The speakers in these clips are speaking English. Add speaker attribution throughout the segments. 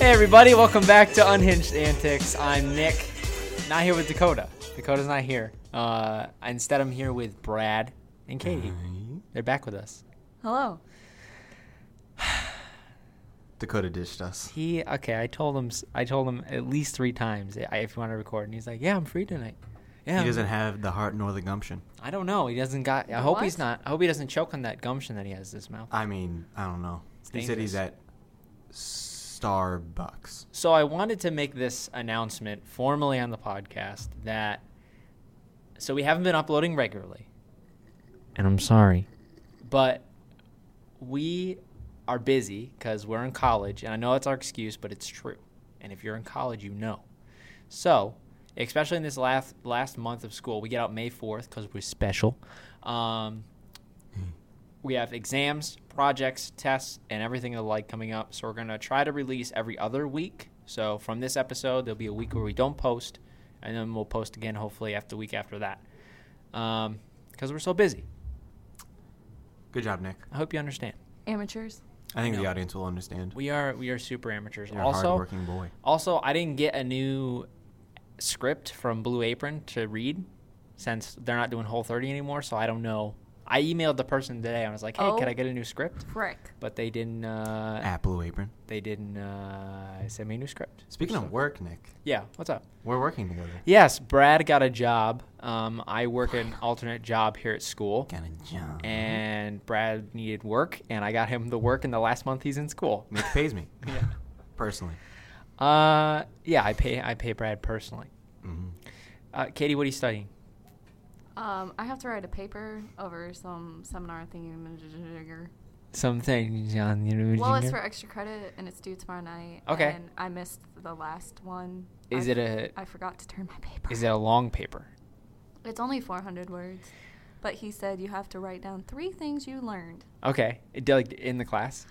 Speaker 1: everybody. Welcome back to Unhinged Antics. I'm Nick. Not here with Dakota. Dakota's not here. Uh, instead, I'm here with Brad and Katie. They're back with us.
Speaker 2: Hello.
Speaker 3: Dakota dished us.
Speaker 1: He okay. I told him. s- I told him at least three times "I- if you want to record, and he's like, "Yeah, I'm free tonight." Yeah.
Speaker 3: He doesn't have the heart nor the gumption.
Speaker 1: I don't know. He doesn't got. I hope
Speaker 2: What?
Speaker 1: he's not. I hope he doesn't choke on that gumption that he has in his mouth.
Speaker 3: I mean, I don't know. He said he's
Speaker 1: dangerous.
Speaker 3: at Starbucks.
Speaker 1: So I wanted to make this announcement formally on the podcast that so we haven't been uploading regularly. And I'm sorry, but we are busy cuz we're in college and I know it's our excuse, but it's true. And if you're in college, you know. So, especially in this last last month of school, we get out May 4th cuz we're special. Um we have exams, projects, tests, and everything of the like coming up. So we're gonna try to release every other week. So from this episode, there'll be a week where we don't post, and then we'll post again hopefully after the week after that, because we're so busy.
Speaker 3: Good job, Nick.
Speaker 1: I hope you understand.
Speaker 2: Amateurs.
Speaker 3: I think
Speaker 1: No.
Speaker 3: the audience will understand.
Speaker 1: We are we are super amateurs.
Speaker 3: You're a
Speaker 1: also,
Speaker 3: hardworking boy.
Speaker 1: also I didn't get a new script from Blue Apron to read since they're not doing Whole 30 anymore. So I don't know. I emailed the person today. I was like, Hey,
Speaker 2: Oh.
Speaker 1: can I get a new script?
Speaker 2: Frick.
Speaker 1: But they didn't. Uh,
Speaker 3: At Blue Apron.
Speaker 1: they didn't uh, send me a new script.
Speaker 3: Speaking of work, Nick,
Speaker 1: Yeah, what's up?
Speaker 3: we're working together.
Speaker 1: Yes, Brad got a job. Um, I work an alternate job here at school,
Speaker 3: Got a job.
Speaker 1: and Brad needed work, and I got him the work in the last month he's in school.
Speaker 3: Nick pays me.
Speaker 1: Yeah.
Speaker 3: Personally.
Speaker 1: Uh, yeah, I pay I pay Brad personally.
Speaker 3: hmm
Speaker 1: Uh, Katie, what are you studying?
Speaker 2: Um, I have to write a paper over some seminar thingy.
Speaker 1: Something, John.
Speaker 2: Well, it's for extra credit and it's due tomorrow night.
Speaker 1: Okay.
Speaker 2: And I missed the last one.
Speaker 1: Is
Speaker 2: I
Speaker 1: it a-
Speaker 2: I forgot to turn my paper.
Speaker 1: Is it a long paper?
Speaker 2: It's only 400 words, but he said you have to write down three things you learned.
Speaker 1: Okay, it, did, like in the class.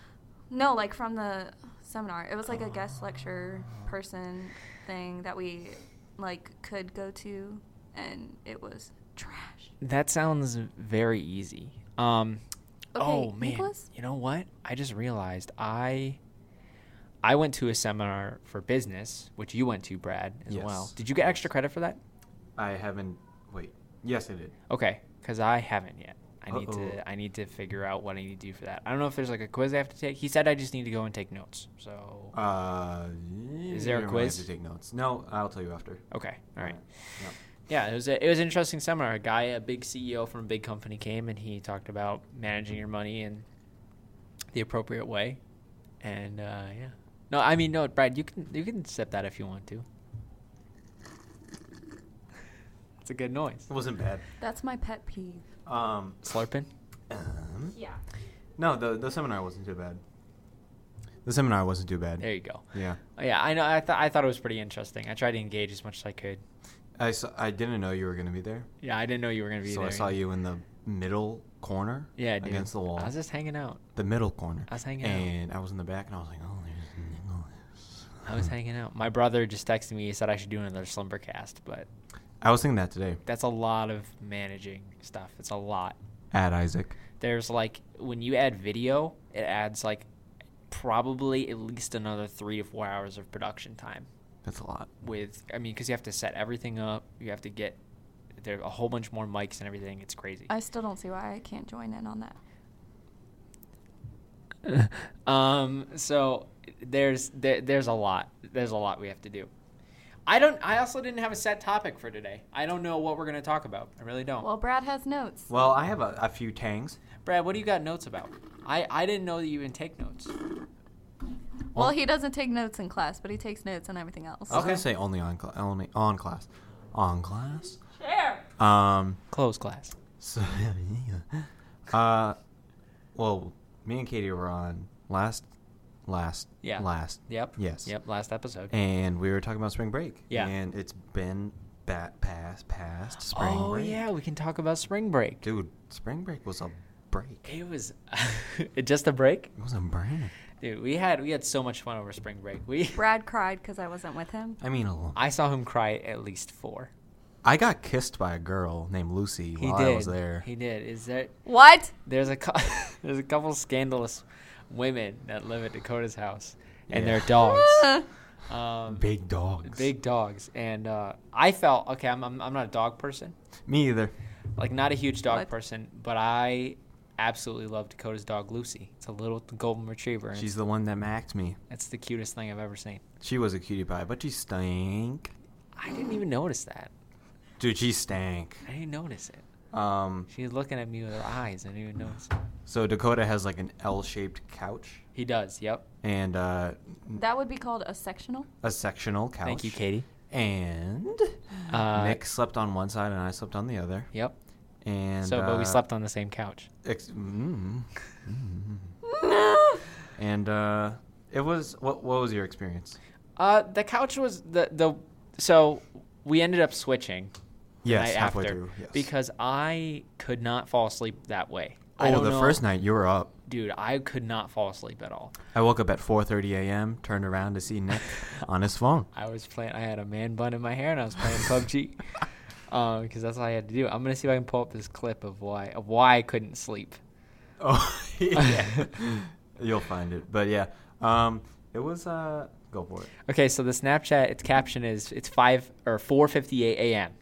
Speaker 2: No, like from the seminar. It was like a guest lecture person thing that we like could go to, and it was trash.
Speaker 1: That sounds very easy. Um,
Speaker 2: Okay,
Speaker 1: oh man,
Speaker 2: Nicholas?
Speaker 1: you know what? I just realized I I went to a seminar for business, which you went to, Brad, as
Speaker 3: Yes.
Speaker 1: well. Did you get extra credit for that?
Speaker 3: I haven't. Wait. Yes, I did.
Speaker 1: Okay, because I haven't yet. I need
Speaker 3: Uh-oh.
Speaker 1: to I need to figure out what I need to do for that. I don't know if there's like a quiz I have to take. He said I just need to go and take notes. So there
Speaker 3: Uh,
Speaker 1: a
Speaker 3: you don't have
Speaker 1: quiz?
Speaker 3: To take notes. No, I'll tell you after.
Speaker 1: okay, all right.
Speaker 3: No.
Speaker 1: Yeah, it was a, it was an interesting seminar. A guy, a big CEO from a big company, came and he talked about managing your money in the appropriate way. And uh, yeah, no, I mean no, Brad, you can you can sip that if you want to. It's a good noise.
Speaker 3: It wasn't bad.
Speaker 2: That's my pet peeve.
Speaker 3: Um,
Speaker 1: Slurping.
Speaker 3: um,
Speaker 2: Yeah.
Speaker 3: no, the the seminar wasn't too bad. The seminar wasn't too bad.
Speaker 1: There you go. Oh,
Speaker 3: Yeah,
Speaker 1: Yeah, I know. I thought I thought it was pretty interesting. I tried to engage as much as I could.
Speaker 3: I saw, I didn't know you were gonna be there,
Speaker 1: Yeah, I didn't know you were gonna be
Speaker 3: so
Speaker 1: there.
Speaker 3: I saw you in the middle corner.
Speaker 1: Yeah, dude.
Speaker 3: against the wall.
Speaker 1: I was just hanging out.
Speaker 3: the middle corner.
Speaker 1: I was hanging out.
Speaker 3: and I was in the back, and I was like, oh, there's Nicholas.
Speaker 1: I was hanging out. My brother just texted me. He said I should do another slumber cast, but
Speaker 3: I was thinking that today
Speaker 1: that's a lot of managing stuff. It's a lot.
Speaker 3: at Isaac.
Speaker 1: There's like when you add video, it adds like probably at least another three to four hours of production time.
Speaker 3: That's a lot.
Speaker 1: With I mean, because you have to set everything up, you have to get there a whole bunch more mics and everything. It's crazy.
Speaker 2: I still don't see why I can't join in on that.
Speaker 1: um. So there's there, there's a lot. There's a lot we have to do. I don't. I also didn't have a set topic for today. I don't know what we're gonna talk about. I really don't.
Speaker 2: Well, Brad has notes.
Speaker 3: Well, I have a, a few tangs.
Speaker 1: Brad, what do you got notes about? I I didn't know that you even take notes.
Speaker 2: Well, he doesn't take notes in class, but he takes notes on everything else.
Speaker 3: I was
Speaker 1: Okay.
Speaker 3: gonna say only on cl- only on class, on class.
Speaker 2: Sure.
Speaker 3: Um,
Speaker 1: Close class.
Speaker 3: So uh, well, me and Katie were on last, last,
Speaker 1: Yeah.
Speaker 3: last,
Speaker 1: Yep.
Speaker 3: Yes.
Speaker 1: Yep. Last episode.
Speaker 3: and we were talking about spring break.
Speaker 1: Yeah.
Speaker 3: and it's been bat past past spring
Speaker 1: oh
Speaker 3: break.
Speaker 1: yeah, we can talk about spring break.
Speaker 3: dude, spring break was a break.
Speaker 1: It was just a break,
Speaker 3: It was a break.
Speaker 1: dude. We had we had so much fun over spring break. We
Speaker 2: Brad cried because I wasn't with him.
Speaker 3: I mean, a little-
Speaker 1: I saw him cry at least four.
Speaker 3: I got kissed by a girl named Lucy
Speaker 1: He
Speaker 3: while
Speaker 1: did.
Speaker 3: I was there.
Speaker 1: He did. Is there?
Speaker 2: What?
Speaker 1: There's a cou- there's a couple scandalous women that live at Dakota's house and
Speaker 3: Yeah.
Speaker 1: their dogs. Um,
Speaker 3: Big dogs.
Speaker 1: Big dogs. And uh, I felt, okay, I'm, I'm, I'm not a dog person,
Speaker 3: Me either.
Speaker 1: like not a huge dog
Speaker 2: What?
Speaker 1: person, but I absolutely love Dakota's dog, Lucy. It's a little golden retriever. And
Speaker 3: She's
Speaker 1: it's,
Speaker 3: the one that macked me.
Speaker 1: it's the cutest thing I've ever seen.
Speaker 3: She was a cutie pie, but she stank.
Speaker 1: I didn't even notice that.
Speaker 3: Dude, she stank.
Speaker 1: I didn't notice it.
Speaker 3: Um,
Speaker 1: She was looking at me with her eyes. I didn't even notice. It.
Speaker 3: so Dakota has like an L-shaped couch
Speaker 1: He does. Yep.
Speaker 3: and uh,
Speaker 2: That would be called a sectional.
Speaker 3: a sectional couch.
Speaker 1: Thank you, Katie.
Speaker 3: And
Speaker 1: Uh,
Speaker 3: Nick slept on one side and I slept on the other.
Speaker 1: Yep.
Speaker 3: And
Speaker 1: so, but
Speaker 3: uh,
Speaker 1: we slept on the same couch.
Speaker 3: Ex- mm, mm. and uh, it was what? What was your experience?
Speaker 1: Uh, the couch was the the so we ended up switching. the
Speaker 3: Yes,
Speaker 1: night
Speaker 3: halfway
Speaker 1: after
Speaker 3: through, yes.
Speaker 1: Because I could not fall asleep that way. I
Speaker 3: oh,
Speaker 1: don't
Speaker 3: the
Speaker 1: know-
Speaker 3: first night you were up.
Speaker 1: dude, I could not fall asleep at all.
Speaker 3: I woke up at 4:30 a.m. Turned around to see Nick on his phone.
Speaker 1: I was playing. I had a man bun in my hair and I was playing PUBG because Um, that's all I had to do. I'm gonna see if I can pull up this clip of why of why I couldn't sleep.
Speaker 3: Oh, yeah. You'll find it. But yeah, um, it was. Uh, go for it.
Speaker 1: Okay, so the Snapchat its caption is it's five or four fifty eight a.m.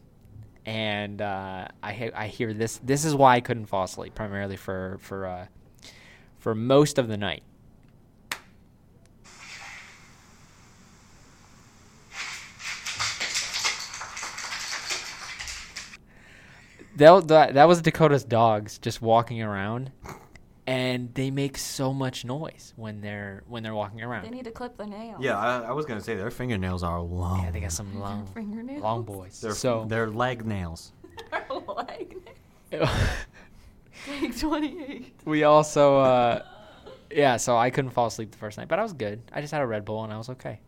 Speaker 1: and uh, I he- I hear this. This is why I couldn't fall asleep primarily for for uh, for most of the night. That, that, that was Dakota's dogs just walking around, and they make so much noise when they're when they're walking around.
Speaker 2: They need to clip their nails.
Speaker 3: Yeah, I, I was gonna say their fingernails are long.
Speaker 1: Yeah, they got some
Speaker 2: Their
Speaker 1: long,
Speaker 2: fingernails.
Speaker 1: long boys.
Speaker 3: Oh. Their,
Speaker 1: so
Speaker 3: their leg nails.
Speaker 2: Their leg nails. Take 28.
Speaker 1: we also, uh, yeah. So I couldn't fall asleep the first night, but I was good. I just had a Red Bull and I was okay.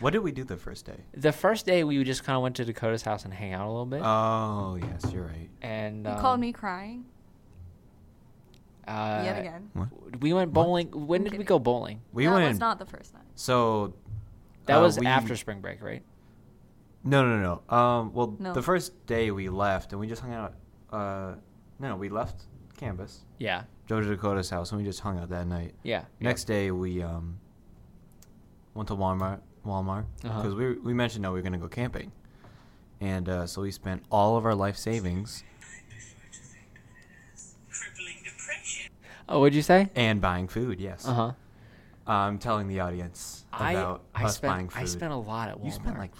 Speaker 3: What did we do the first day?
Speaker 1: The first day we just kind of went to Dakota's house and hang out a little bit.
Speaker 3: Oh yes, you're right.
Speaker 1: and
Speaker 2: You
Speaker 1: um,
Speaker 2: called me crying
Speaker 1: uh,
Speaker 2: yet again.
Speaker 3: What?
Speaker 1: We went
Speaker 3: What?
Speaker 1: bowling. When
Speaker 2: I'm
Speaker 1: did we
Speaker 2: kidding.
Speaker 1: go bowling?
Speaker 3: We
Speaker 2: that
Speaker 3: went.
Speaker 2: was not the first night.
Speaker 3: so
Speaker 1: That
Speaker 3: uh,
Speaker 1: was
Speaker 3: we-
Speaker 1: after spring break, right?
Speaker 3: No, no, no. Um, well,
Speaker 2: No.
Speaker 3: the first day we left and we just hung out. Uh, no, we left Canvas,
Speaker 1: Yeah,
Speaker 3: drove to Dakota's house, and we just hung out that night.
Speaker 1: yeah.
Speaker 3: Next day we um went to Walmart, Walmart,
Speaker 1: Uh-huh.
Speaker 3: because we we mentioned that we were gonna go camping, and uh, so we spent all of our life savings
Speaker 4: crippling depression.
Speaker 1: Oh, what'd you say?
Speaker 3: and buying food. Yes,
Speaker 1: Uh huh.
Speaker 3: I'm telling the audience
Speaker 1: I
Speaker 3: about
Speaker 1: I
Speaker 3: us buying
Speaker 1: spent
Speaker 3: food.
Speaker 1: I spent a lot at Walmart.
Speaker 3: you spent like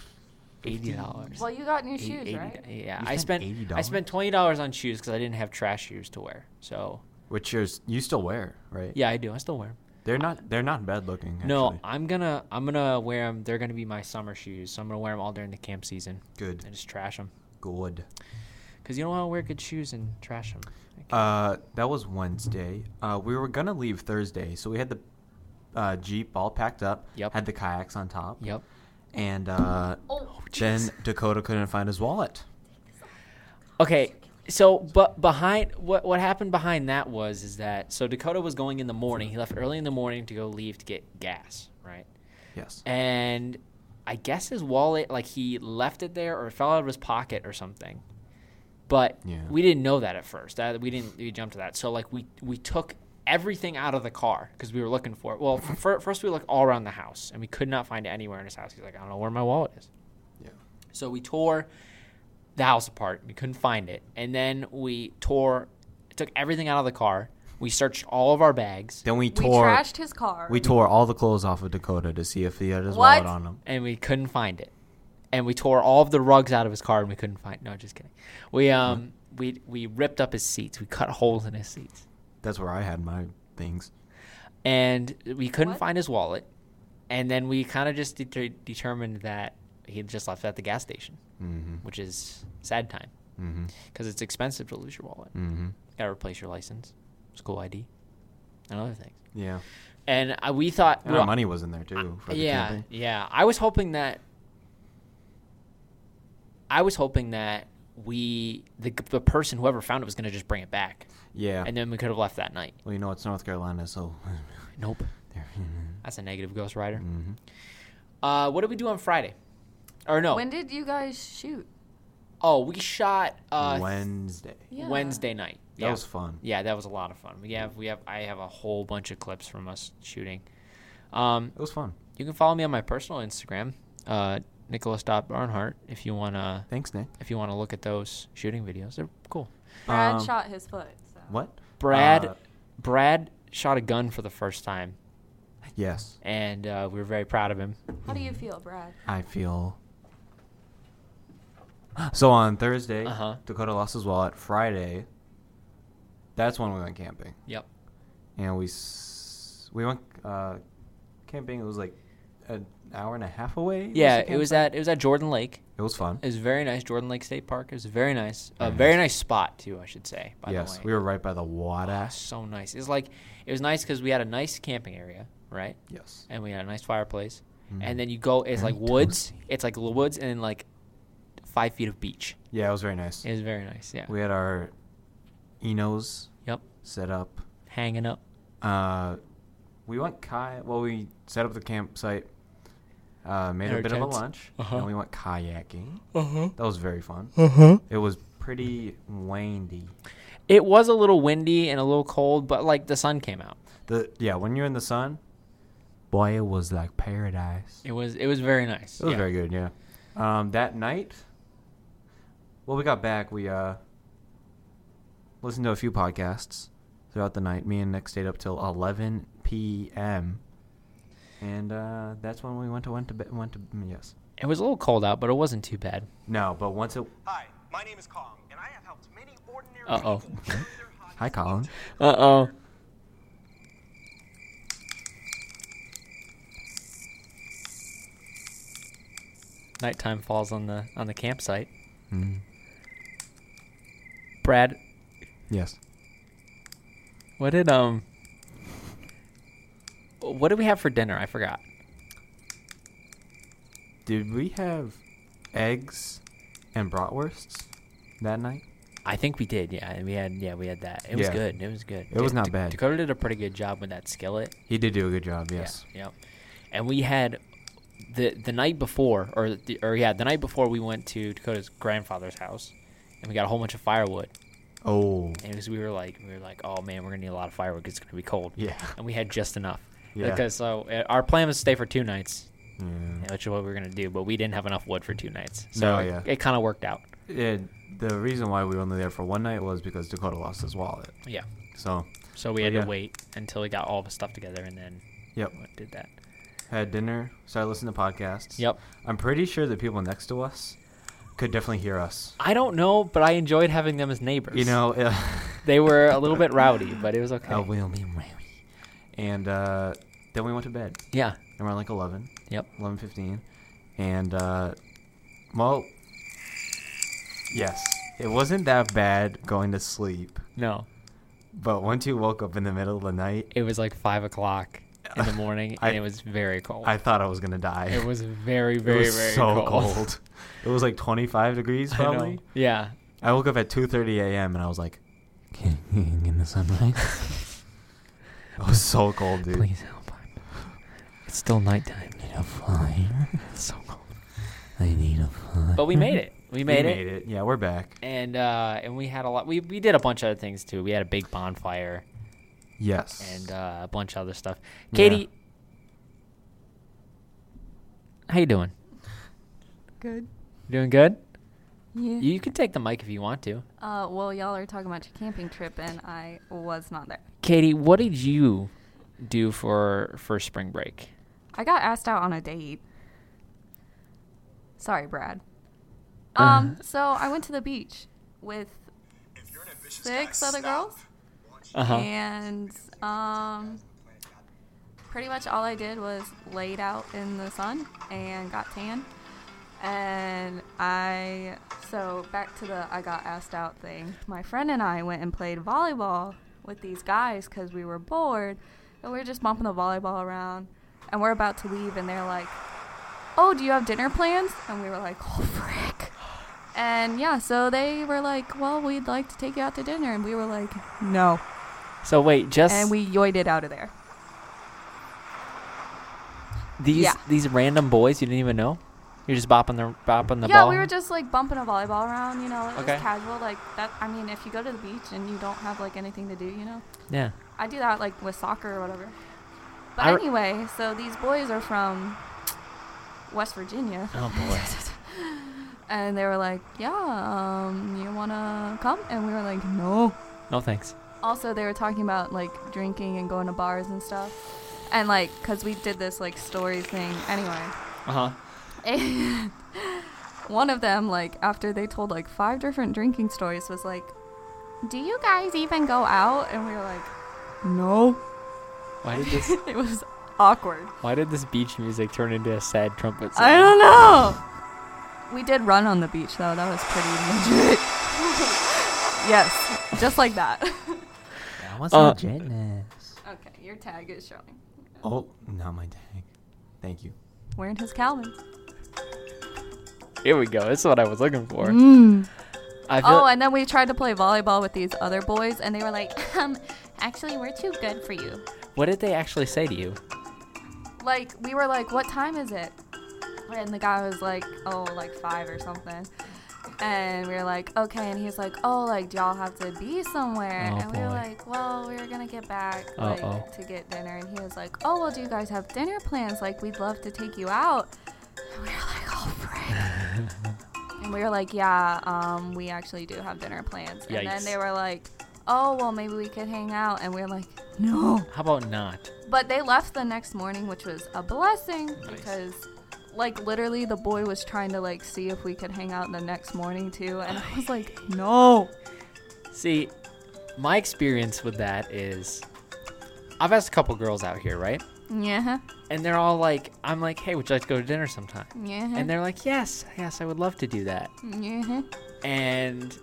Speaker 1: eighty dollars.
Speaker 2: Well, you got new
Speaker 1: Eight-
Speaker 2: shoes,
Speaker 1: 80
Speaker 2: right?
Speaker 1: Yeah,
Speaker 3: You
Speaker 1: I
Speaker 3: spent
Speaker 1: spent I
Speaker 3: $80?
Speaker 1: spent twenty dollars on shoes because I didn't have trash shoes to wear. So
Speaker 3: which yours you still wear right?
Speaker 1: yeah, I do. I still wear 'em.
Speaker 3: they're not they're not bad looking. Actually.
Speaker 1: No, I'm gonna I'm gonna wear them. They're gonna be my summer shoes. So I'm gonna wear them all during the camp season
Speaker 3: good,
Speaker 1: and just trash them.
Speaker 3: good.
Speaker 1: Cause you don't want to wear good shoes and trash them.
Speaker 3: Uh, that was Wednesday. Uh, we were gonna leave Thursday, so we had the uh, jeep all packed up.
Speaker 1: Yep.
Speaker 3: Had the kayaks on top.
Speaker 1: Yep.
Speaker 3: And uh,
Speaker 2: Oh,
Speaker 3: then Dakota couldn't find his wallet.
Speaker 1: Okay. So, but behind what what happened behind that was is that so Dakota was going in the morning. He left early in the morning to go leave to get gas. Right.
Speaker 3: Yes.
Speaker 1: and I guess his wallet, like he left it there or it fell out of his pocket or something. But
Speaker 3: Yeah.
Speaker 1: we didn't know that at first. That we didn't we jumped to that. So like we we took everything out of the car because we were looking for it. Well, fir- first we looked all around the house and we could not find it anywhere in his house. He's like, I don't know where my wallet is.
Speaker 3: Yeah.
Speaker 1: So we tore the house apart. We couldn't find it, and then we tore took everything out of the car. We searched all of our bags.
Speaker 3: Then we
Speaker 2: we
Speaker 3: tore we,
Speaker 2: trashed his car.
Speaker 3: tore all the clothes off of Dakota to see if he had his
Speaker 2: What?
Speaker 3: wallet on him.
Speaker 1: and we couldn't find it. And we tore all of the rugs out of his car, and we couldn't find. No, just kidding. We um we we ripped up his seats. We cut holes in his seats,
Speaker 3: That's where I had my things.
Speaker 1: and we couldn't
Speaker 2: What?
Speaker 1: find his wallet. And then we kind of just deter determined that he had just left it at the gas station,
Speaker 3: Mm-hmm.
Speaker 1: which is sad time
Speaker 3: Mm-hmm.
Speaker 1: because it's expensive to lose your wallet.
Speaker 3: Mm-hmm.
Speaker 1: Got to replace your license, school ID, and other things.
Speaker 3: Yeah.
Speaker 1: And I, we thought,
Speaker 3: And
Speaker 1: well,
Speaker 3: our money was in there too.
Speaker 1: I-
Speaker 3: for the
Speaker 1: yeah,
Speaker 3: camping.
Speaker 1: yeah. I was hoping that. I was hoping that we the the person whoever found it was gonna just bring it back,
Speaker 3: Yeah.
Speaker 1: and then we could have left that night.
Speaker 3: well, you know it's North Carolina, so.
Speaker 1: Nope,
Speaker 3: there.
Speaker 1: that's a negative Ghost Rider.
Speaker 3: Mm-hmm.
Speaker 1: Uh, what did we do on Friday? Or no?
Speaker 2: When did you guys shoot?
Speaker 1: oh, we shot uh,
Speaker 3: Wednesday.
Speaker 2: Yeah.
Speaker 1: Wednesday night.
Speaker 3: That
Speaker 1: yeah.
Speaker 3: was fun.
Speaker 1: yeah, that was a lot of fun. We have we have I have a whole bunch of clips from us shooting. Um,
Speaker 3: It was fun.
Speaker 1: you can follow me on my personal Instagram, uh, Nicholas Barnhart, if you wanna
Speaker 3: Thanks, Nick.
Speaker 1: if you wanna look at those shooting videos. They're cool.
Speaker 2: Brad
Speaker 3: Um,
Speaker 2: shot his foot. So.
Speaker 3: What?
Speaker 1: Brad
Speaker 3: Uh,
Speaker 1: Brad shot a gun for the first time,
Speaker 3: yes.
Speaker 1: and uh, we were very proud of him.
Speaker 2: How do you feel, Brad?
Speaker 3: I feel. So on Thursday,
Speaker 1: Uh-huh.
Speaker 3: Dakota lost his wallet. Friday, that's when we went camping,
Speaker 1: Yep.
Speaker 3: and we s- we went uh, camping. It was like an hour and a half away. was
Speaker 1: Yeah,
Speaker 3: the
Speaker 1: it was
Speaker 3: campsite.
Speaker 1: at it was at Jordan Lake.
Speaker 3: It was fun.
Speaker 1: It was very nice, Jordan Lake State Park. It was very nice, a
Speaker 3: Very
Speaker 1: very
Speaker 3: nice.
Speaker 1: nice spot too, I should say. By
Speaker 3: yes,
Speaker 1: the way,
Speaker 3: we were right by the water.
Speaker 1: Ah, so nice. It's like it was nice because we had a nice camping area, right?
Speaker 3: Yes.
Speaker 1: And we had a nice fireplace,
Speaker 3: Mhm.
Speaker 1: and then you go. It's
Speaker 3: Very
Speaker 1: like woods.
Speaker 3: toasty.
Speaker 1: It's like little woods and like five feet of beach.
Speaker 3: Yeah, it was very nice.
Speaker 1: It was very nice. Yeah.
Speaker 3: We had our Enos
Speaker 1: yep.
Speaker 3: set up.
Speaker 1: Hanging up.
Speaker 3: Uh, we went kayak. Well, we set up the campsite, uh, made
Speaker 1: And
Speaker 3: a
Speaker 1: our
Speaker 3: bit of
Speaker 1: tents.
Speaker 3: a lunch,
Speaker 1: Uh-huh.
Speaker 3: and we went kayaking.
Speaker 1: Uh huh.
Speaker 3: That was very fun.
Speaker 1: Uh huh.
Speaker 3: It was pretty windy.
Speaker 1: It was a little windy and a little cold, but like the sun came out.
Speaker 3: The yeah, when you're in the sun, boy, it was like paradise.
Speaker 1: It was it was very nice.
Speaker 3: It was
Speaker 1: yeah.
Speaker 3: very good. Yeah. Um, that night, well, we got back. We uh, listened to a few podcasts throughout the night. Me and Nick stayed up till 11 p.m. And uh, that's when we went to went to bed. Went to mm, yes.
Speaker 1: It was a little cold out, but it wasn't too bad.
Speaker 3: No, but once it.
Speaker 4: Hi, my name is Kong, and I have helped many ordinary
Speaker 1: Uh-oh.
Speaker 4: people with their hobbies
Speaker 3: Hi, Colin.
Speaker 1: Uh oh. Nighttime falls on the on the campsite.
Speaker 3: Mm.
Speaker 1: Brad,
Speaker 3: Yes.
Speaker 1: what did um what did we have for dinner? I forgot.
Speaker 3: Did we have eggs and bratwursts that night?
Speaker 1: I think we did, yeah. And we had yeah, we had that. It was
Speaker 3: Yeah.
Speaker 1: good. It was good.
Speaker 3: It was
Speaker 1: Da-
Speaker 3: not
Speaker 1: Da-
Speaker 3: bad.
Speaker 1: Dakota did a pretty good job with that skillet.
Speaker 3: He did do a good job. Yes.
Speaker 1: Yeah, yep. And we had the the night before, or the, or yeah, the night before we went to Dakota's grandfather's house, and we got a whole bunch of firewood.
Speaker 3: Oh.
Speaker 1: And because we were like, we were like, oh man, we're gonna need a lot of firewood. 'cause It's gonna be cold.
Speaker 3: Yeah.
Speaker 1: And we had just enough.
Speaker 3: Yeah.
Speaker 1: Because so uh, our plan was to stay for two nights,
Speaker 3: Yeah.
Speaker 1: which is what we were gonna do, but we didn't have enough wood for two nights. So
Speaker 3: Mm. No,
Speaker 1: it-
Speaker 3: yeah.
Speaker 1: it, kind of worked out.
Speaker 3: It, the reason why we were only there for one night was because Dakota lost his wallet.
Speaker 1: Yeah.
Speaker 3: So,
Speaker 1: So we
Speaker 3: But
Speaker 1: had
Speaker 3: Oh, yeah.
Speaker 1: to wait until we got all the stuff together, and then
Speaker 3: yep.
Speaker 1: what did that?
Speaker 3: Had dinner, started listening to podcasts.
Speaker 1: Yep.
Speaker 3: I'm pretty sure the people next to us could definitely hear us.
Speaker 1: I don't know, but I enjoyed having them as neighbors.
Speaker 3: You know, uh,
Speaker 1: They were a little bit rowdy, but it was okay.
Speaker 3: I will be rowdy. And uh, then we went to bed
Speaker 1: Yeah.
Speaker 3: around like 11,
Speaker 1: Yep.
Speaker 3: 11.15. And, uh, well, yes, it wasn't that bad going to sleep.
Speaker 1: No.
Speaker 3: But once you woke up in the middle of the night,
Speaker 1: It was like five o'clock in the morning,
Speaker 3: I-
Speaker 1: and it was very cold.
Speaker 3: I thought I was going to die.
Speaker 1: it was very, very,
Speaker 3: it was
Speaker 1: very
Speaker 3: so cold. It was like 25 degrees
Speaker 1: I know.
Speaker 3: probably.
Speaker 1: Yeah.
Speaker 3: I, woke up at 2:30 a.m. and I was like, "Getting in the sunlight." it was so cold, dude.
Speaker 1: help. oh It's still nighttime.
Speaker 5: need a fire.
Speaker 1: It's so cold.
Speaker 5: I need a fire.
Speaker 1: But we made it. We made,
Speaker 3: we
Speaker 1: it.
Speaker 3: made it. Yeah, we're back.
Speaker 1: And uh, and we had a lot. We we did a bunch of other things too. We had a big bonfire
Speaker 3: Yes.
Speaker 1: and uh, a bunch of other stuff.
Speaker 3: Yeah.
Speaker 1: Katie, how you doing?
Speaker 2: Good.
Speaker 1: You doing good?
Speaker 2: Yeah.
Speaker 1: You can take the mic if you want to.
Speaker 2: Uh, well, y'all are talking about your camping trip, and I was not there.
Speaker 1: Katie, what did you do for for spring break?
Speaker 2: I got asked out on a date. Sorry, Brad.
Speaker 3: Uh-huh.
Speaker 2: Um,
Speaker 1: Uh.
Speaker 2: so I went to the beach with
Speaker 4: If you're an ambitious
Speaker 2: six
Speaker 4: guy,
Speaker 2: other
Speaker 4: stop.
Speaker 2: girls,
Speaker 1: Uh
Speaker 2: Uh-huh.
Speaker 3: Uh-huh.
Speaker 1: huh.
Speaker 2: and um, pretty much all I did was laid out in the sun and got tan. And I, so back to the I got asked out thing. My friend and I went and played volleyball with these guys because we were bored and we were just bumping the volleyball around. And we're about to leave, and they're like, Oh, do you have dinner plans? And we were like, Oh, frick. And yeah, so they were like, Well, we'd like to take you out to dinner. And we were like, No.
Speaker 1: So wait, just
Speaker 2: And we yoid it out of there.
Speaker 1: these
Speaker 2: yeah.
Speaker 1: these random boys you didn't even know. You're just bopping the bopping the
Speaker 2: yeah,
Speaker 1: ball.
Speaker 2: we were just like bumping a volleyball around, you know, it was
Speaker 1: Okay.
Speaker 2: casual. Like that, I mean, if you go to the beach and you don't have like anything to do, you know,
Speaker 1: yeah.
Speaker 2: I do that like with soccer or whatever. But
Speaker 1: I re-
Speaker 2: anyway, so these boys are from West Virginia.
Speaker 1: Oh,
Speaker 2: boy. and they were like, "Yeah, um, you wanna come?" And we were like, "No."
Speaker 1: No thanks.
Speaker 2: Also, they were talking about like drinking and going to bars and stuff, and like, cause we did this like story thing anyway.
Speaker 1: Uh huh.
Speaker 2: And one of them, like, after they told like five different drinking stories, was like, Do you guys even go out? And we were like, No.
Speaker 1: Why did this?
Speaker 2: It was awkward.
Speaker 1: Why did this beach music turn into a sad trumpet
Speaker 2: I don't know. We did run on the beach, though. That was pretty legit. yes, just like that.
Speaker 5: What's
Speaker 1: Uh,
Speaker 5: legitness?
Speaker 2: okay, your tag is showing.
Speaker 3: Oh, not my tag. Thank you.
Speaker 2: Wearing his Calvin.
Speaker 1: Here we go. This is what I was looking for. I feel.
Speaker 2: Mm. Oh, and then we tried to play volleyball with these other boys, and they were like, um, actually, we're too good for you.
Speaker 1: what did they actually say to you?
Speaker 2: like we were like what time is it and the guy was like oh like five or something and we were like okay and he's like oh like do y'all have to be somewhere
Speaker 1: Oh,
Speaker 2: and we were
Speaker 1: boy.
Speaker 2: like well we were gonna get back like
Speaker 1: Uh-oh.
Speaker 2: to get dinner and he was like oh well do you guys have dinner plans like we'd love to take you out and we were like oh frick and we were like yeah um we actually do have dinner plans and
Speaker 1: Yikes.
Speaker 2: then they were like oh well maybe we could hang out and we were like no
Speaker 1: How about not?
Speaker 2: but they left the next morning, which was a blessing because, like, literally the boy was trying to like see if we could hang out the next morning too, and I was like, no.
Speaker 1: See, my experience with that is, I've asked a couple girls out here, right?
Speaker 2: Yeah,
Speaker 1: And they're all like, I'm like, hey, would you like to go to dinner sometime?
Speaker 2: yeah,
Speaker 1: And they're like, yes, yes, I would love to do that.
Speaker 2: yeah.
Speaker 1: And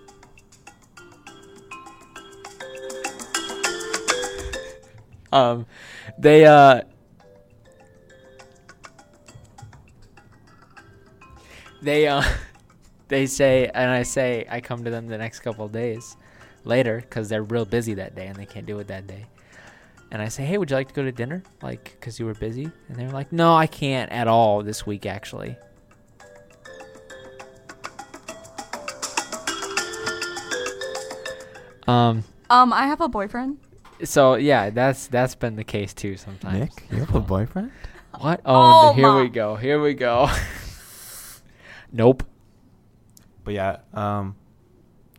Speaker 1: um, they uh, they uh, they say, and I say, I come to them the next couple of days later because they're real busy that day and they can't do it that day. And I say, hey, would you like to go to dinner? Like, because you were busy? And they're like, no, I can't at all this week, actually. Um.
Speaker 2: Um, I have a boyfriend.
Speaker 1: So yeah, that's that's been the case too sometimes.
Speaker 3: you have a boyfriend?
Speaker 1: What? Oh,
Speaker 2: Oh,
Speaker 1: here we
Speaker 2: Mom.
Speaker 1: go. Here we go. nope.
Speaker 3: But yeah, um,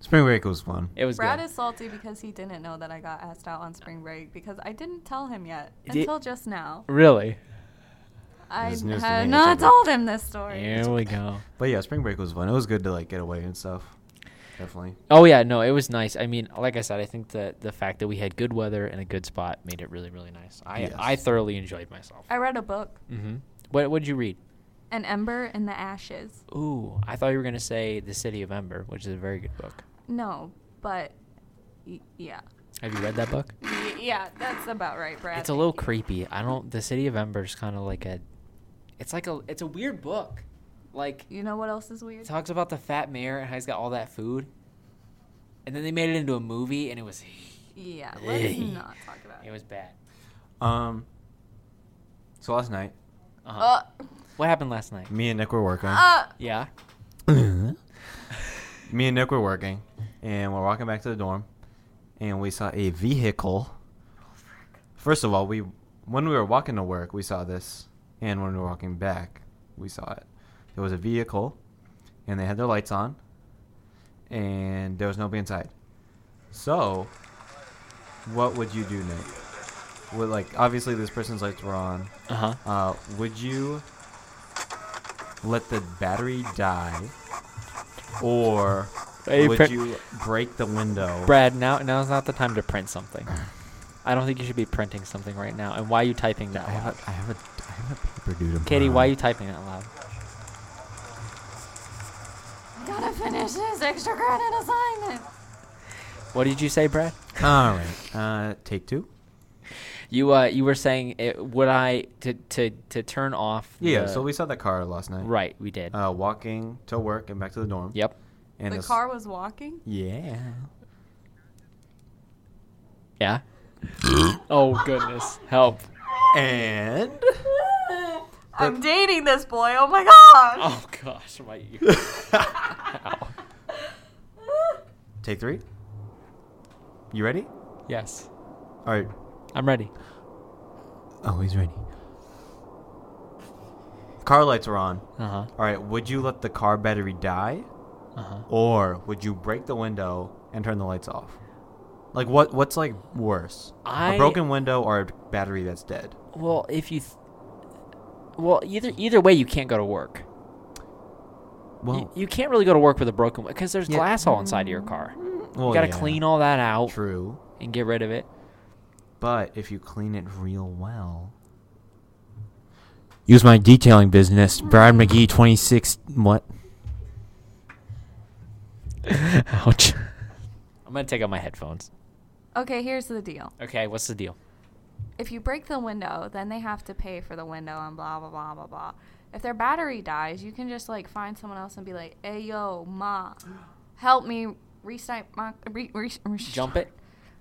Speaker 3: spring break was fun.
Speaker 1: It was
Speaker 2: Brad
Speaker 1: good.
Speaker 2: is salty because he didn't know that I got asked out on spring break because I didn't tell him yet
Speaker 1: Did-
Speaker 2: until just now.
Speaker 1: really.
Speaker 2: I
Speaker 3: was news to
Speaker 2: had
Speaker 3: me,
Speaker 2: not
Speaker 3: so-
Speaker 2: told him this story.
Speaker 1: Here we go.
Speaker 3: But yeah, spring break was fun. It was good to like get away and stuff. Definitely.
Speaker 1: Oh yeah, no, it was nice. I mean, like I said, I think that the fact that we had good weather and a good spot made it really, really nice. I
Speaker 3: Yes.
Speaker 1: I thoroughly enjoyed myself.
Speaker 2: I read a book,
Speaker 1: Mm-hmm. What What did you read?
Speaker 2: An Ember in the Ashes.
Speaker 1: Ooh, I thought you were gonna say The City of Ember, which is a very good book.
Speaker 2: No, but y- yeah.
Speaker 1: Have you read that book?
Speaker 2: Y- yeah, that's about right, Brad.
Speaker 1: It's a
Speaker 2: Thank
Speaker 1: little
Speaker 2: you.
Speaker 1: creepy. I don't. The City of Ember is kind of like a. It's like a. It's a weird book. Like
Speaker 2: You know what else is
Speaker 1: it
Speaker 2: weird?
Speaker 1: talks about the fat mayor and how he's got all that food, and then they made it into a movie and it was.
Speaker 2: Yeah, let's
Speaker 1: Hey.
Speaker 2: not talk about
Speaker 1: It
Speaker 2: it.
Speaker 1: was bad.
Speaker 3: Um, so last night,
Speaker 1: Uh-huh.
Speaker 2: Uh,
Speaker 1: what happened last night?
Speaker 3: me and Nick were working.
Speaker 2: uh,
Speaker 1: Yeah.
Speaker 3: me and Nick were working, and we're walking back to the dorm, and we saw a vehicle. First of all, we when we were walking to work, we saw this, and when we were walking back, we saw it. There was a vehicle, and they had their lights on, and there was nobody inside. So, what would you do, Nick? Would like obviously this person's lights were on.
Speaker 1: Uh huh.
Speaker 3: Uh, would you let the battery die, or
Speaker 1: Hey,
Speaker 3: would
Speaker 1: Prin-
Speaker 3: you break the window?
Speaker 1: Brad, now now's not the time to print something. I don't think you should be printing something right now. And why are you typing that
Speaker 5: I have
Speaker 1: loud?
Speaker 5: a, I have a, I have a paper due tomorrow.
Speaker 1: Katie, why are you typing that loud?
Speaker 2: I gotta finish this extra credit assignment.
Speaker 1: What did you say, Brad?
Speaker 3: All right. Uh, take two.
Speaker 1: You uh, you were saying it, would I to to to turn off?
Speaker 3: Yeah.
Speaker 1: the-
Speaker 3: so we saw that car last night.
Speaker 1: Right, we did.
Speaker 3: Uh, walking to work and back to the dorm.
Speaker 1: yep.
Speaker 3: And
Speaker 2: the
Speaker 3: this-
Speaker 2: car was walking.
Speaker 5: Yeah.
Speaker 1: Yeah. oh goodness, help!
Speaker 3: And
Speaker 2: I'm dating this boy. Oh my gosh.
Speaker 1: Oh gosh, my ear. Ow.
Speaker 3: take three. You ready?
Speaker 1: Yes,
Speaker 3: All right. Oh,
Speaker 1: I'm ready.
Speaker 5: Always ready.
Speaker 3: Car lights are on.
Speaker 1: Uh huh.
Speaker 3: All right, would you let the car battery die,
Speaker 1: Uh huh.
Speaker 3: or would you break the window and turn the lights off? Like what? What's like worse, A
Speaker 1: I-
Speaker 3: broken window or a battery that's dead?
Speaker 1: Well, if you. Th- well, either either way, you can't go to work.
Speaker 3: Well,
Speaker 1: you, you can't really go to work with a broken because there's
Speaker 3: Yeah.
Speaker 1: glass all inside of your car.
Speaker 3: well,
Speaker 1: you gotta
Speaker 3: yeah,
Speaker 1: clean all that out
Speaker 3: True,
Speaker 1: and get rid of it.
Speaker 3: but if you clean it real well. Use my detailing business, Brad McGee, twenty six. What?
Speaker 1: Ouch. I'm gonna take out my headphones. Oh.
Speaker 2: Okay, here's the deal.
Speaker 1: Okay, what's the deal?
Speaker 2: If you break the window, then they have to pay for the window and blah blah blah blah blah. If their battery dies, you can just like find someone else and be like, "Hey yo, ma, help me restart my re, re, re-
Speaker 1: Jump it.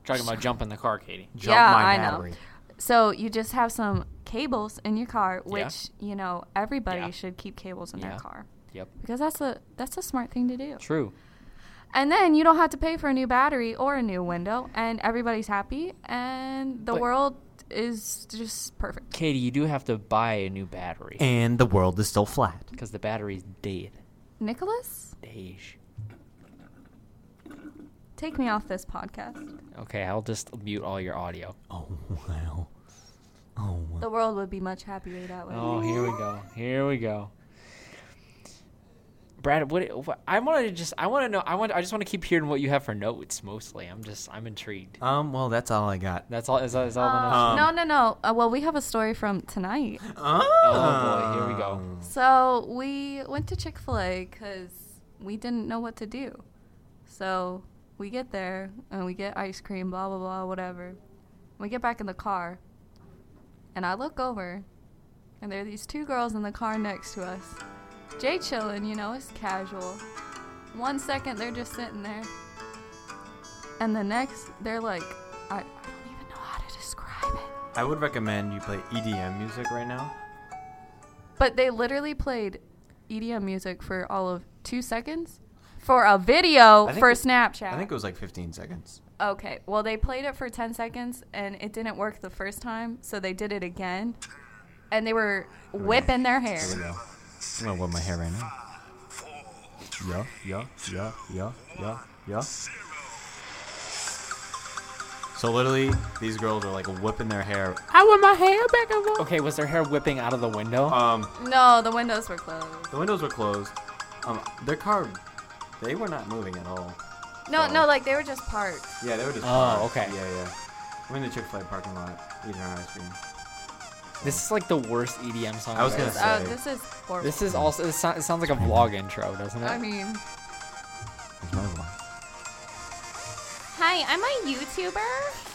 Speaker 1: Talking about jumping the car, Katie.
Speaker 3: Jump
Speaker 2: Yeah,
Speaker 3: my
Speaker 2: I know.
Speaker 3: battery.
Speaker 2: So you just have some cables in your car, which you know everybody
Speaker 1: Yeah.
Speaker 2: should keep cables in
Speaker 1: Yeah.
Speaker 2: their car
Speaker 1: Yep.
Speaker 2: because that's a that's a smart thing to do.
Speaker 1: True.
Speaker 2: And then you don't have to pay for a new battery or a new window, and everybody's happy, and the
Speaker 1: But-
Speaker 2: world is just perfect.
Speaker 1: Katie, you do have to buy a new battery
Speaker 3: And the world is still flat.
Speaker 1: because the battery's dead.
Speaker 2: Nicholas,
Speaker 1: Dead.
Speaker 2: take me off this podcast.
Speaker 1: Okay, I'll just mute all your audio.
Speaker 5: Oh wow. Oh wow.
Speaker 2: The world would be much happier that way.
Speaker 1: Oh, here we go. Here we go. Brad, what, what I want to just I want to know I want I just want to keep hearing what you have for notes mostly. I'm just I'm intrigued.
Speaker 3: Um. Well, that's all I got.
Speaker 1: That's all is, that, is all the notes?
Speaker 2: Uh,
Speaker 3: Um,
Speaker 2: no, no, no. Uh, well, we have a story from tonight.
Speaker 1: Oh boy, here we go.
Speaker 3: Um,
Speaker 2: So we went to Chick fil A because we didn't know what to do. So we get there and we get ice cream, blah, blah, blah, whatever. We get back in the car and I look over and there are these two girls in the car next to us. Jay chillin', you know, it's casual. One second they're just sitting there and the next they're like, I, I don't even know how to describe it.
Speaker 3: I would recommend you play EDM music right now.
Speaker 2: But they literally played EDM music for all of two seconds for a video
Speaker 3: I think
Speaker 2: for
Speaker 3: it-
Speaker 2: Snapchat.
Speaker 3: I think it was like 15 seconds.
Speaker 2: okay, well, they played it for 10 seconds and it didn't work the first time, so they did it again. And they were whipping their hair.
Speaker 3: Here we go. I'm gonna whip my hair right now. Yeah, yeah, yeah, yeah, yeah, yeah. So literally, these girls are like whipping their hair.
Speaker 1: Okay, was their hair whipping out of the window?
Speaker 2: uh,
Speaker 3: Um,
Speaker 2: No, the windows were closed.
Speaker 3: the windows were closed. Um, their car, they were not moving at all.
Speaker 2: No,
Speaker 3: So-
Speaker 2: no, like they were just parked.
Speaker 3: Yeah, they were just.
Speaker 1: Oh,
Speaker 3: parked.
Speaker 1: okay.
Speaker 3: Yeah, yeah. I'm in the Chick-fil-A parking lot eating our ice cream.
Speaker 1: this is like the worst EDM song.
Speaker 3: I was
Speaker 1: I've ever
Speaker 3: gonna
Speaker 2: Oh,
Speaker 3: Say.
Speaker 2: this is horrible.
Speaker 1: This is also. It, so, it sounds like a vlog intro, doesn't it?
Speaker 2: I mean,
Speaker 3: It's my vlog.
Speaker 2: hi, I'm a YouTuber.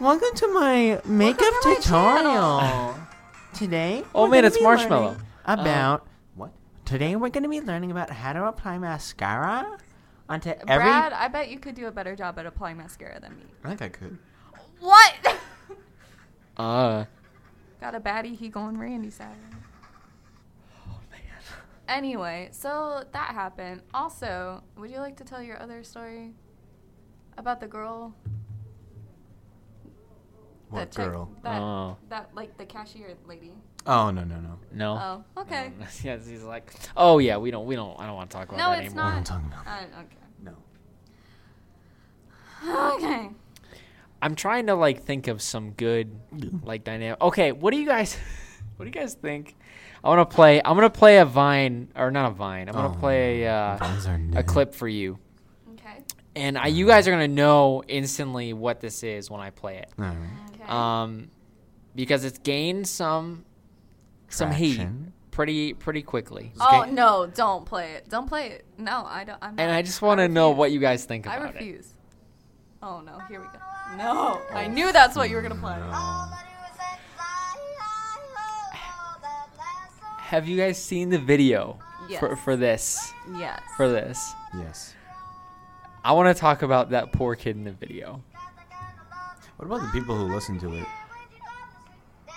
Speaker 5: Welcome to my makeup
Speaker 2: to my
Speaker 5: tutorial.
Speaker 2: oh.
Speaker 5: Today,
Speaker 1: Oh,
Speaker 5: we're
Speaker 1: man,
Speaker 5: gonna
Speaker 1: it's
Speaker 5: be
Speaker 1: Marshmallow.
Speaker 5: learning About
Speaker 3: What?
Speaker 5: today, we're going to be learning about how to apply mascara onto every. Oh,
Speaker 2: Brad, I bet you could do a better job at applying mascara than me.
Speaker 3: I think I could.
Speaker 2: What?
Speaker 1: Uh.
Speaker 2: Got a baddie, he going Randy Savage.
Speaker 3: Oh,
Speaker 2: Anyway, so that happened. Also, would you like to tell your other story about the girl?
Speaker 3: What
Speaker 2: check-
Speaker 3: girl?
Speaker 2: that,
Speaker 1: Oh.
Speaker 2: that like the cashier lady.
Speaker 3: Oh no no no.
Speaker 1: No.
Speaker 2: Oh, okay.
Speaker 1: yeah, he's like, oh yeah, we don't, we don't, I don't want to talk about
Speaker 2: No,
Speaker 1: that
Speaker 2: it's
Speaker 3: Oh,
Speaker 1: anymore.
Speaker 2: not.
Speaker 5: I'm talking about.
Speaker 2: Uh,
Speaker 3: No.
Speaker 2: okay. Okay.
Speaker 1: I'm trying to like think of some good like dynamic. Okay, what do you guys, what do you guys think? I want to play. I'm gonna play a vine or not a vine. I'm gonna
Speaker 5: Oh,
Speaker 1: play a, uh,
Speaker 5: Those are
Speaker 1: a
Speaker 5: new.
Speaker 1: clip for you,
Speaker 2: Okay.
Speaker 1: and I, you guys are gonna know instantly what this is when I play it.
Speaker 3: All right.
Speaker 2: Okay.
Speaker 1: um, because it's gained some some heat
Speaker 3: Traction.
Speaker 1: pretty pretty quickly.
Speaker 2: oh
Speaker 3: okay.
Speaker 2: no! Don't play it. Don't play it. No, I don't. I'm not,
Speaker 1: And I just want to know
Speaker 2: refuse.
Speaker 1: what you guys think
Speaker 2: I
Speaker 1: about it.
Speaker 2: refuse. Oh no! Here we go. No, I knew that's what you were gonna play.
Speaker 3: Um,
Speaker 1: Have you guys seen the video for,
Speaker 2: Yes.
Speaker 1: for this?
Speaker 2: Yes.
Speaker 1: For this,
Speaker 3: Yes.
Speaker 1: I want to talk about that poor kid in the video.
Speaker 3: What about the people who listen to it?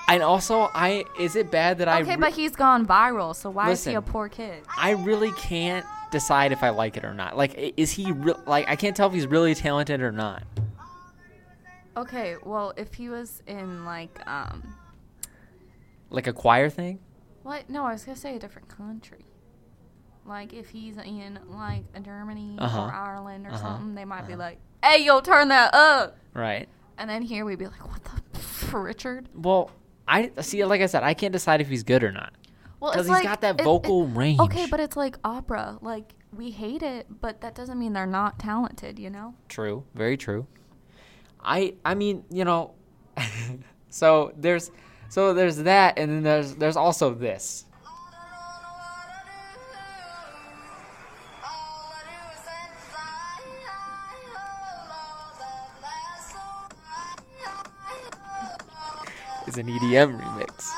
Speaker 1: And also, I is it bad that I
Speaker 2: Okay,
Speaker 1: re-
Speaker 2: but he's gone viral, so why is he a
Speaker 1: Listen.
Speaker 2: poor kid?
Speaker 1: I really can't decide if I like it or not. Like, i- is he re- like I can't tell if he's really talented or not.
Speaker 2: Okay, well, if he was in like um
Speaker 1: Like a choir thing?
Speaker 2: What? No, I was gonna say a different country. Like if he's in like a Germany
Speaker 1: Uh-huh.
Speaker 2: or Ireland or
Speaker 1: Uh-huh.
Speaker 2: something, they might be
Speaker 1: Uh-huh.
Speaker 2: like, "Hey, yo, turn that up."
Speaker 1: Right.
Speaker 2: And then here we'd be like, "What the f- Richard?"
Speaker 1: Well, I see. Like I said, I can't decide if he's good or not.
Speaker 2: Well,
Speaker 1: 'Cause
Speaker 2: it's
Speaker 1: he's
Speaker 2: like-
Speaker 1: got that
Speaker 2: it- it-
Speaker 1: vocal range.
Speaker 2: Okay, but it's like opera. Like we hate it, but that doesn't mean they're not talented, you know?
Speaker 1: True. Very true. I I mean, you know, so there's so there's that, and then there's there's also this. It's an EDM remix.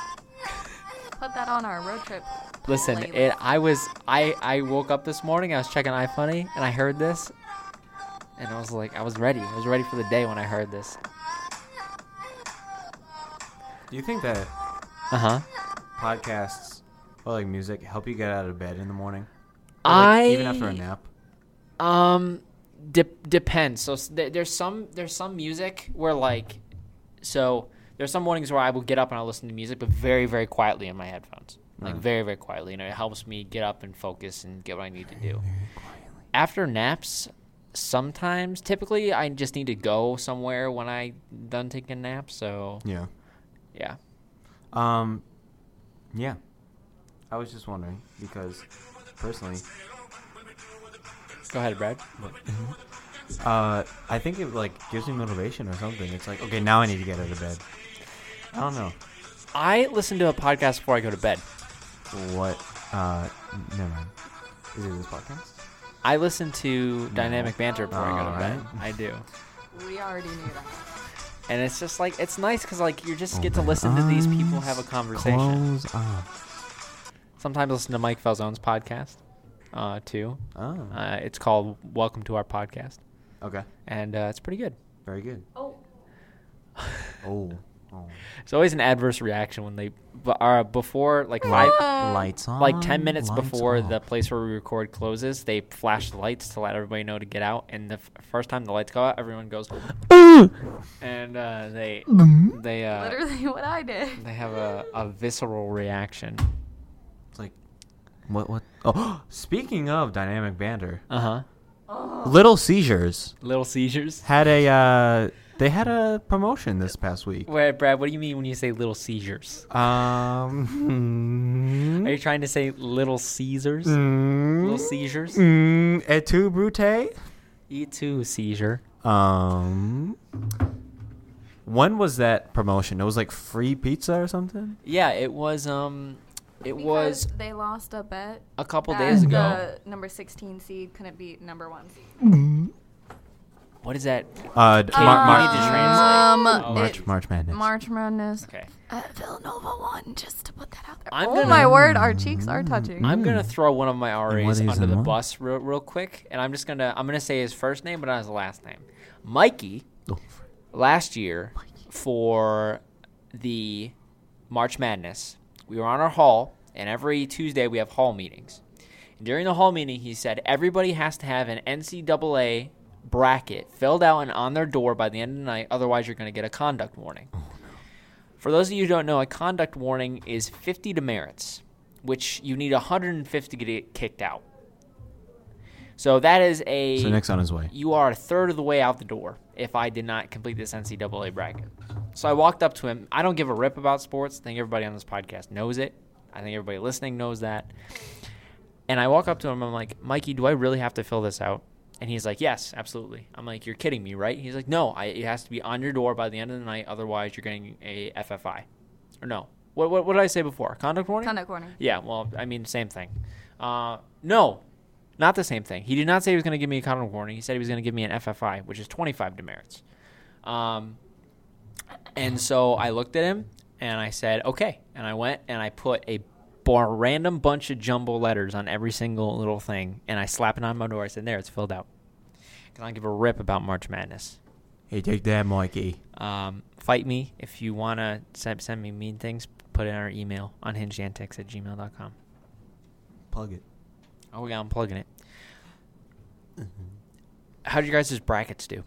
Speaker 2: Put that on our road trip.
Speaker 1: Listen,
Speaker 2: playlist.
Speaker 1: it. I was. I. I woke up this morning. I was checking iFunny, and I heard this, and I was like, I was ready. I was ready for the day when I heard this.
Speaker 3: Do you think that
Speaker 1: Uh huh.
Speaker 3: Uh-huh. podcasts or like music help you get out of bed in the morning? Or, like,
Speaker 1: I
Speaker 3: even after a nap.
Speaker 1: Um, de- depends. So s- there- there's some there's some music where like, so there's some mornings where I will get up and I'll listen to music, but very very quietly in my headphones, like
Speaker 3: Right.
Speaker 1: very very quietly, and it helps me get up and focus and get what I need to do. After naps, sometimes typically I just need to go somewhere when I done taking naps. So
Speaker 3: Yeah.
Speaker 1: yeah,
Speaker 3: Um, yeah. I was just wondering because personally,
Speaker 1: go ahead, Brad.
Speaker 3: uh, I think it like gives me motivation or something. It's like okay, now I need to get out of bed. I don't know
Speaker 1: I listen to a podcast before I go to bed.
Speaker 3: what. Uh, never mind. Is it this podcast?
Speaker 1: I listen to Dynamic Banter before I go to bed.
Speaker 3: Alright.
Speaker 1: I do.
Speaker 2: We already knew that.
Speaker 1: and it's just like it's nice because like you just get to listen to these people have a conversation.
Speaker 3: Close up.
Speaker 1: Sometimes listen to Mike Falzone's podcast, uh, too.
Speaker 3: Oh.
Speaker 1: Uh, it's called "Welcome to Our Podcast,"
Speaker 3: Okay.
Speaker 1: and uh, it's pretty good.
Speaker 3: Very good.
Speaker 2: Oh,
Speaker 3: Oh. oh.
Speaker 1: It's always an adverse reaction when they b- are before like five,
Speaker 3: Lights on.
Speaker 1: like ten minutes
Speaker 3: lights
Speaker 1: before
Speaker 3: off.
Speaker 1: the place where we record closes. They flash the lights to let everybody know to get out. And the f- first time the lights go out, everyone goes, and uh, they they uh,
Speaker 2: literally what I did.
Speaker 1: they have a, a visceral reaction.
Speaker 3: It's like, what? What? Oh, speaking of dynamic banter,
Speaker 1: Uh huh.
Speaker 3: Little Seizures
Speaker 1: Little seizures.
Speaker 3: had a. Uh, they had a promotion this past week.
Speaker 1: Wait, Brad, what do you mean when you say little seizures? Are
Speaker 3: Um.
Speaker 1: you trying to say little Caesars?
Speaker 3: Mm-hmm.
Speaker 1: Little
Speaker 3: Mm,
Speaker 1: seizures?
Speaker 3: mm, et tu, Brute?
Speaker 1: E2 seizure.
Speaker 3: Um. When was that promotion? It was like free pizza or something.
Speaker 1: Yeah, it was um it was
Speaker 2: Because they lost a bet.
Speaker 1: a couple
Speaker 2: that
Speaker 1: days ago.
Speaker 2: The number 16 seed couldn't beat number one seed.
Speaker 1: What is that?
Speaker 3: Uh, d- Mar- Mar-
Speaker 1: you need to translate.
Speaker 2: Um,
Speaker 1: March-
Speaker 2: it-
Speaker 3: March Madness.
Speaker 2: March Madness.
Speaker 1: Okay.
Speaker 2: Uh, Villanova won, just to put that out there.
Speaker 1: I'm
Speaker 2: oh
Speaker 1: gonna- Mm.
Speaker 2: my word, our cheeks are touching.
Speaker 1: I'm going to throw one of my RAs
Speaker 3: is
Speaker 1: under
Speaker 3: and
Speaker 1: the
Speaker 3: what?
Speaker 1: bus real, real quick and I'm just going to I'm going to say his first name but not his last name. Mikey
Speaker 3: Oh,
Speaker 1: last year for the March Madness. We were on our hall, and every Tuesday we have hall meetings. During the hall meeting, he said everybody has to have an NCAA bracket filled out and on their door by the end of the night, otherwise, you're going to get a conduct warning. For those of you who don't know, a conduct warning is 50 demerits, which you need 150 to get kicked out. So that is a
Speaker 3: So Nick's on his way.
Speaker 1: you are a third of the way out the door if I did not complete this NCAA bracket. So I walked up to him. I don't give a rip about sports. I think everybody on this podcast knows it. I think everybody listening knows that. And I walk up to him. I'm like, Mikey, do I really have to fill this out? And he's like, Yes, absolutely. I'm like, You're kidding me, right? He's like, No, I, it has to be on your door by the end of the night. Otherwise, you're getting a FFI. Or no. What, what, what did I say before? Conduct warning?
Speaker 2: Conduct warning.
Speaker 1: Yeah, well, I mean, same thing. Uh, no, not the same thing. He did not say he was going to give me a conduct warning. He said he was going to give me an FFI, which is 25 demerits. Um, and so I looked at him and I said, okay. And I went and I put a bar- random bunch of jumble letters on every single little thing. And I slapped it on my door. I said, there, it's filled out. 'Cause I don't give a rip about March Madness.
Speaker 3: Hey, take that, Mikey.
Speaker 1: Um, fight me if you want to send, send me mean things. Put it on our email, unhingedantics at gmail.com.
Speaker 3: Plug it.
Speaker 1: Oh, yeah,
Speaker 3: Mm-hmm.
Speaker 1: I'm plugging it. How would you guys' brackets do?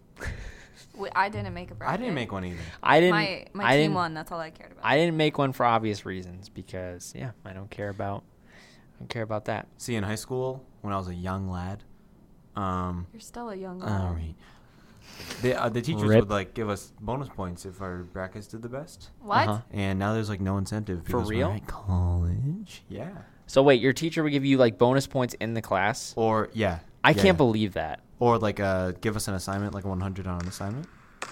Speaker 2: We, I didn't make a bracket.
Speaker 3: I didn't make one either.
Speaker 1: I didn't.
Speaker 2: My, my
Speaker 1: I
Speaker 2: team
Speaker 1: didn't,
Speaker 2: won. That's all I cared about.
Speaker 1: I didn't make one for obvious reasons because yeah, I don't care about. I don't care about that.
Speaker 3: See, in high school, when I was a young lad, um,
Speaker 2: You're still a young lad.
Speaker 3: all right, the uh, the teachers
Speaker 1: Rip.
Speaker 3: would like give us bonus points if our brackets did the best,
Speaker 2: What?
Speaker 1: Uh-huh.
Speaker 3: and now there's like no incentive because we're
Speaker 1: real?
Speaker 3: at college, yeah,
Speaker 1: So wait, your teacher would give you like bonus points in the class.
Speaker 3: or yeah,
Speaker 1: I
Speaker 3: yeah, yeah.
Speaker 1: can't believe that.
Speaker 3: or like uh, give us an assignment, like a 100 on an assignment. That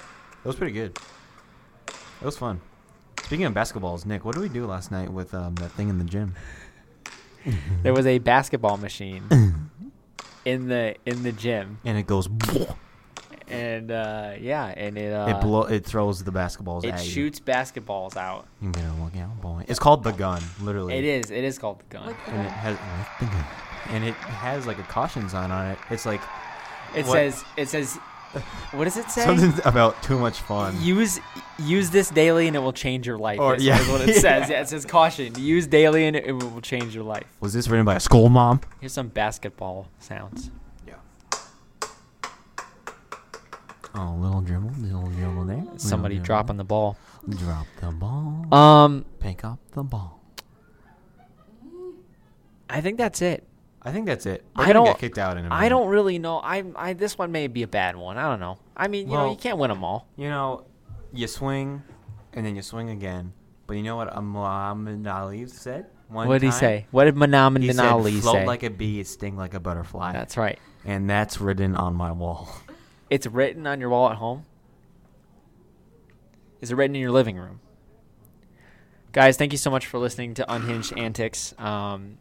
Speaker 3: was pretty good. It was fun. Speaking of basketballs, Nick, what did we do last night with um, that thing in the gym?
Speaker 1: There was a basketball machine in the in the gym,
Speaker 3: And it goes,
Speaker 1: and uh, yeah, and it uh,
Speaker 3: it blow, it throws the basketballs.
Speaker 1: it
Speaker 3: at you.
Speaker 1: shoots basketballs out.
Speaker 3: You better look out, boy. It's called the gun, literally.
Speaker 1: It is. It is called the gun.
Speaker 2: Like the
Speaker 3: And
Speaker 2: guy.
Speaker 3: it has like the gun. And it has like a caution sign on it. It's like
Speaker 1: it
Speaker 3: what-
Speaker 1: says. It says. What does it say?
Speaker 3: something about too much fun.
Speaker 1: Use use this daily and it will change your life.
Speaker 3: Or-
Speaker 1: is,
Speaker 3: yeah.
Speaker 1: is what it says. Yeah, it says caution. Use daily and it will change your life.
Speaker 3: Was this written by a school mom?
Speaker 1: Here's some basketball sounds.
Speaker 3: Yeah. Oh, little dribble, little dribble there. little
Speaker 1: Somebody
Speaker 3: dribble.
Speaker 1: dropping the ball.
Speaker 3: Drop the ball.
Speaker 1: Um,
Speaker 3: Pick up the ball.
Speaker 1: I think that's it.
Speaker 3: I think that's it.
Speaker 1: I don't
Speaker 3: get kicked out in a minute.
Speaker 1: I don't really know. I I this one may be a bad one. I don't know. I mean, you know,
Speaker 3: Well-
Speaker 1: you can't win them all.
Speaker 3: You know, you swing, and then you swing again. But you know what Muhammad Ali said? One
Speaker 1: What did he
Speaker 3: time?
Speaker 1: say? What did Manam
Speaker 3: He
Speaker 1: and
Speaker 3: said,
Speaker 1: Ali
Speaker 3: "Float
Speaker 1: say?
Speaker 3: like a bee, sting like a butterfly."
Speaker 1: that's right.
Speaker 3: and that's written on my wall.
Speaker 1: It's written on your wall at home. Is it written in your living room? Guys, thank you so much for listening to Unhinged Antics. Um,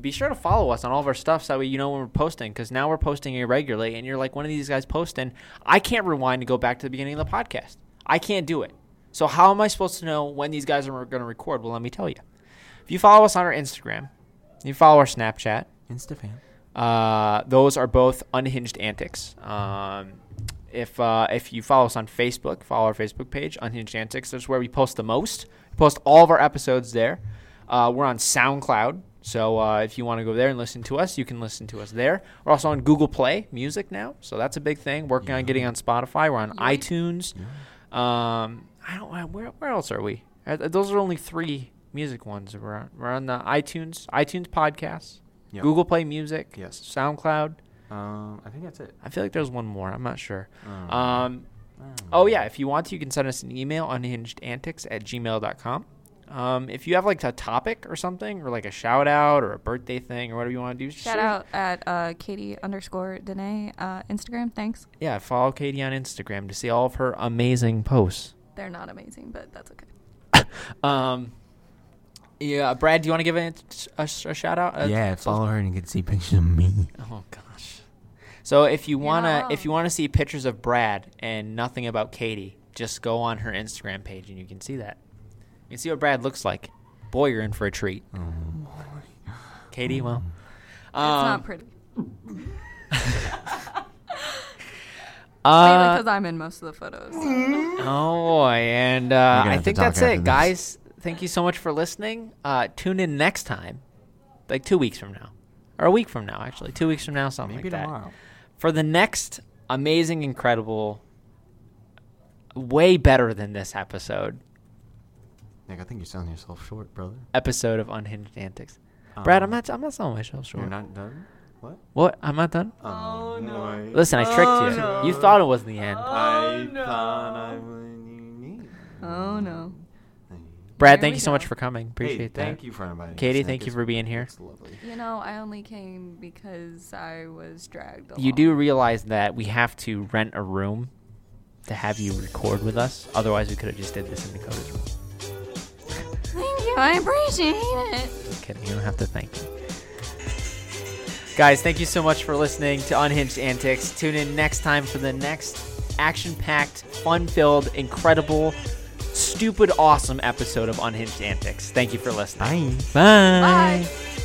Speaker 1: be sure to follow us on all of our stuff so that way you know when we're posting because now we're posting irregularly and you're like one of these guys posting. I can't rewind to go back to the beginning of the podcast. I can't do it. So how am I supposed to know when these guys are going to record? Well, let me tell you. If you follow us on our Instagram, you follow our Snapchat,
Speaker 3: Instafam.
Speaker 1: uh, those are both unhinged antics. Um, if uh, if you follow us on Facebook, follow our Facebook page, Unhinged Antics. That's where we post the most. We post all of our episodes there. Uh, we're on SoundCloud, so uh, if you want to go there and listen to us, you can listen to us there. We're also on Google Play Music now, so that's a big thing. Working on getting on Spotify. We're on iTunes. Um, I don't. Where where else are we? Uh, Those are only three music ones. We're on, we're on the iTunes iTunes podcasts.
Speaker 3: Yep.
Speaker 1: Google Play Music,
Speaker 3: Yes.
Speaker 1: SoundCloud.
Speaker 3: Um, I think that's it.
Speaker 1: I feel like there's one more. I'm not sure.
Speaker 3: Mm.
Speaker 1: Um, oh yeah, if you want to, you can send us an email unhingedantics at gmail.com. Um, if you have like a topic or something, or like a shout out or a birthday thing or whatever you want to do,
Speaker 2: Shout
Speaker 1: sure.
Speaker 2: out at uh, Katie underscore Danae uh, Instagram. Thanks.
Speaker 1: Yeah, follow Katie on Instagram to see all of her amazing posts.
Speaker 2: They're not amazing, but that's okay.
Speaker 1: Um, yeah, Brad, do you want to give a, a, a shout out? A-
Speaker 3: yeah, follow her and you can see pictures of me.
Speaker 1: Oh gosh. So if you
Speaker 2: You're
Speaker 1: wanna
Speaker 2: not
Speaker 1: if you
Speaker 2: wrong.
Speaker 1: wanna see pictures of Brad and nothing about Katie, just go on her Instagram page and you can see that. You can see what Brad looks like. Boy, you're in for a treat.
Speaker 3: Oh,
Speaker 1: Katie,
Speaker 3: Mm.
Speaker 1: well,
Speaker 2: it's
Speaker 1: um,
Speaker 2: not pretty.
Speaker 1: uh,
Speaker 2: because I'm in most of the photos. so.
Speaker 1: oh boy, and
Speaker 3: gonna
Speaker 1: uh, I
Speaker 3: have to
Speaker 1: think
Speaker 3: talk
Speaker 1: that's
Speaker 3: after
Speaker 1: it,
Speaker 3: this.
Speaker 1: guys. Thank you so much for listening. Uh, tune in next time, like two weeks from now, or a week from now, actually, two weeks from now, something
Speaker 3: Maybe
Speaker 1: like that.
Speaker 3: tomorrow.
Speaker 1: for the next amazing, incredible, way better than this episode
Speaker 3: Nick, I think you're selling yourself short, brother.
Speaker 1: episode of Unhinged Antics. Brad, I'm
Speaker 3: Um,
Speaker 1: not. I'm not selling myself
Speaker 3: You're
Speaker 1: short.
Speaker 3: not done. What?
Speaker 1: What? I'm not done.
Speaker 3: Oh, no! Oh,
Speaker 1: Listen, I tricked
Speaker 2: Oh,
Speaker 1: you.
Speaker 3: no. Oh,
Speaker 1: You thought it was the end.
Speaker 3: I thought I would.
Speaker 2: oh no.
Speaker 1: Brad,
Speaker 2: There
Speaker 1: thank
Speaker 2: we
Speaker 1: you so much
Speaker 2: go.
Speaker 1: for coming. Appreciate
Speaker 3: hey,
Speaker 1: that.
Speaker 3: Thank you for inviting
Speaker 1: Katie,
Speaker 3: us, Nick.
Speaker 1: thank you
Speaker 3: It's-
Speaker 1: for being here.
Speaker 3: it's lovely.
Speaker 2: You know, I only came because I was dragged along.
Speaker 1: You do realize that we have to rent a room to have you record with us. Otherwise, we could have just did this in Dakota's room.
Speaker 2: Thank you. I appreciate it.
Speaker 1: Just kidding. You don't have to thank me. Guys, thank you so much for listening to Unhinged Antics. Tune in next time for the next action packed, fun filled, incredible, stupid, awesome episode of Unhinged Antics. Thank you for listening.
Speaker 3: Bye.
Speaker 1: Bye.
Speaker 2: Bye.